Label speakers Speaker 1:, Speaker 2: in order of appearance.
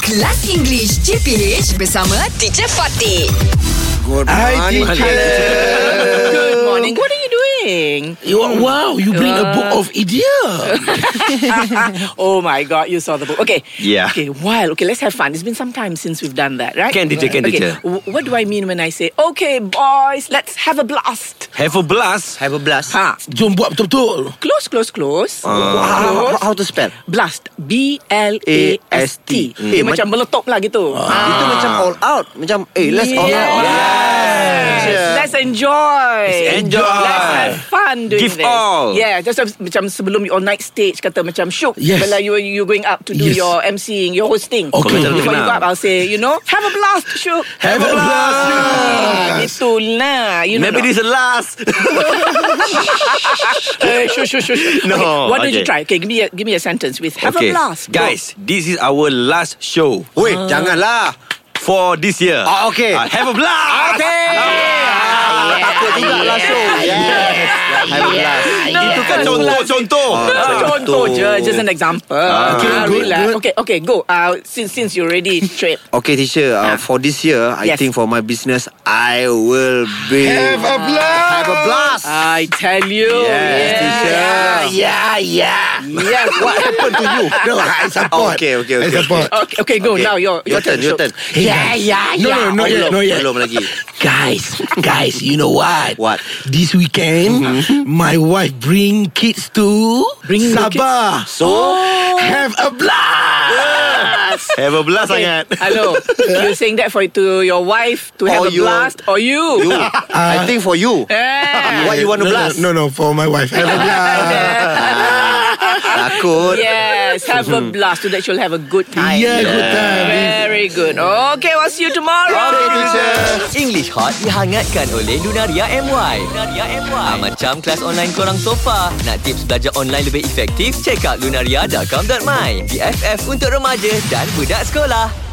Speaker 1: Kelas English CPH bersama Teacher Fatih.
Speaker 2: Good
Speaker 3: Hi,
Speaker 2: morning.
Speaker 3: teacher.
Speaker 4: Good morning. What are you doing?
Speaker 3: You are, wow, you bring a book of idiom.
Speaker 4: oh my God, you saw the book. Okay.
Speaker 2: Yeah.
Speaker 4: Okay, while. Okay, let's have fun. It's been some time since we've done that, right?
Speaker 5: Can, teacher, can,
Speaker 4: okay.
Speaker 5: teacher.
Speaker 4: w- What do I mean when I say, okay, boys, let's have a blast?
Speaker 5: Have a blast.
Speaker 2: Have a blast.
Speaker 4: Ha.
Speaker 3: Jom buat betul-betul.
Speaker 4: Close, close, close.
Speaker 5: Uh,
Speaker 2: How,
Speaker 4: close.
Speaker 2: how to spell?
Speaker 4: Blast. B-L-A-S-T.
Speaker 2: Mm. Eh,
Speaker 4: Eh, macam meletup lah gitu.
Speaker 5: Ah.
Speaker 2: Itu macam all out. Macam eh let's all out.
Speaker 4: Yes. Let's enjoy.
Speaker 5: Let's enjoy.
Speaker 4: Let's have fun doing
Speaker 5: Give
Speaker 4: this.
Speaker 5: all.
Speaker 4: Yeah, just as- macam sebelum your night stage kata macam syuk.
Speaker 3: Yes.
Speaker 4: Bila you you going up to do
Speaker 3: Yes.
Speaker 4: your MCing, your hosting.
Speaker 3: Okay.
Speaker 4: Before you
Speaker 5: Kenal.
Speaker 4: go up, I'll say, you know, have a blast, syuk.
Speaker 3: Have a blast.
Speaker 4: Ah, itulah. You know.
Speaker 5: Maybe
Speaker 4: not.
Speaker 5: this the last.
Speaker 4: Eh, syuk, syuk, syuk, syuk.
Speaker 5: No,
Speaker 4: Okay, what did you
Speaker 5: okay.
Speaker 4: try? Okay, give me a, give me a sentence with have a blast. Go.
Speaker 5: Guys, this is our last show
Speaker 2: Woi,
Speaker 3: Ah.
Speaker 2: janganlah.
Speaker 5: for this year.
Speaker 2: Ah, okay.
Speaker 5: Uh, have a blast.
Speaker 2: Ah, Takut juga lah show. Yes. Have a blast.
Speaker 4: No,
Speaker 5: Itu kan
Speaker 4: have a blast.
Speaker 5: contoh-contoh.
Speaker 4: No,
Speaker 2: Ah,
Speaker 4: contoh
Speaker 2: contoh.
Speaker 4: je, just an example.
Speaker 3: Okay,
Speaker 4: Ah,
Speaker 3: good,
Speaker 4: relax.
Speaker 3: good.
Speaker 4: Okay, okay, go. Uh, since since you already straight.
Speaker 2: Okay teacher, uh, for this year, I
Speaker 4: Yes.
Speaker 2: think for my business, I will be... Have a blast! Ah. Have a blast!
Speaker 4: I tell you.
Speaker 2: Yes, teacher.
Speaker 3: Ah, Yeah, yeah.
Speaker 4: Yes.
Speaker 2: What happened to you?
Speaker 3: No, I support.
Speaker 2: Okay, okay,
Speaker 3: I
Speaker 2: okay,
Speaker 3: support.
Speaker 4: Okay, okay, go
Speaker 2: Okay.
Speaker 4: now. Your,
Speaker 2: Your turn, your turn.
Speaker 3: Yeah, yeah, yeah. No, no, not
Speaker 4: Oh,
Speaker 3: yet,
Speaker 2: Belum,
Speaker 3: not yet.
Speaker 2: belum lagi.
Speaker 3: Guys, guys, you know what?
Speaker 2: What?
Speaker 3: This weekend,
Speaker 5: Mm-hmm.
Speaker 3: my wife bring kids to
Speaker 4: Bring the
Speaker 3: Sabah.
Speaker 2: So,
Speaker 3: Have a blast.
Speaker 5: Have a blast
Speaker 4: Okay.
Speaker 5: sangat.
Speaker 4: Hello. You're saying that for to your wife to have
Speaker 2: Or
Speaker 4: a
Speaker 2: you.
Speaker 4: blast or you?
Speaker 2: you, I think for you.
Speaker 4: Yeah.
Speaker 2: What you want to
Speaker 3: no,
Speaker 2: blast?
Speaker 3: No, no, no, for my wife. Have a blast.
Speaker 2: Takut.
Speaker 4: Yes, have a blast so that she'll have a good time.
Speaker 3: yeah, good time.
Speaker 4: Very good. Okay, we'll see you tomorrow.
Speaker 6: English Hot dihangatkan oleh Lunaria MY. Lunaria MY. Ha, macam kelas online korang sofa. Nak tips belajar online lebih efektif? Check out lunaria.com.my. BFF untuk remaja dan budak sekolah.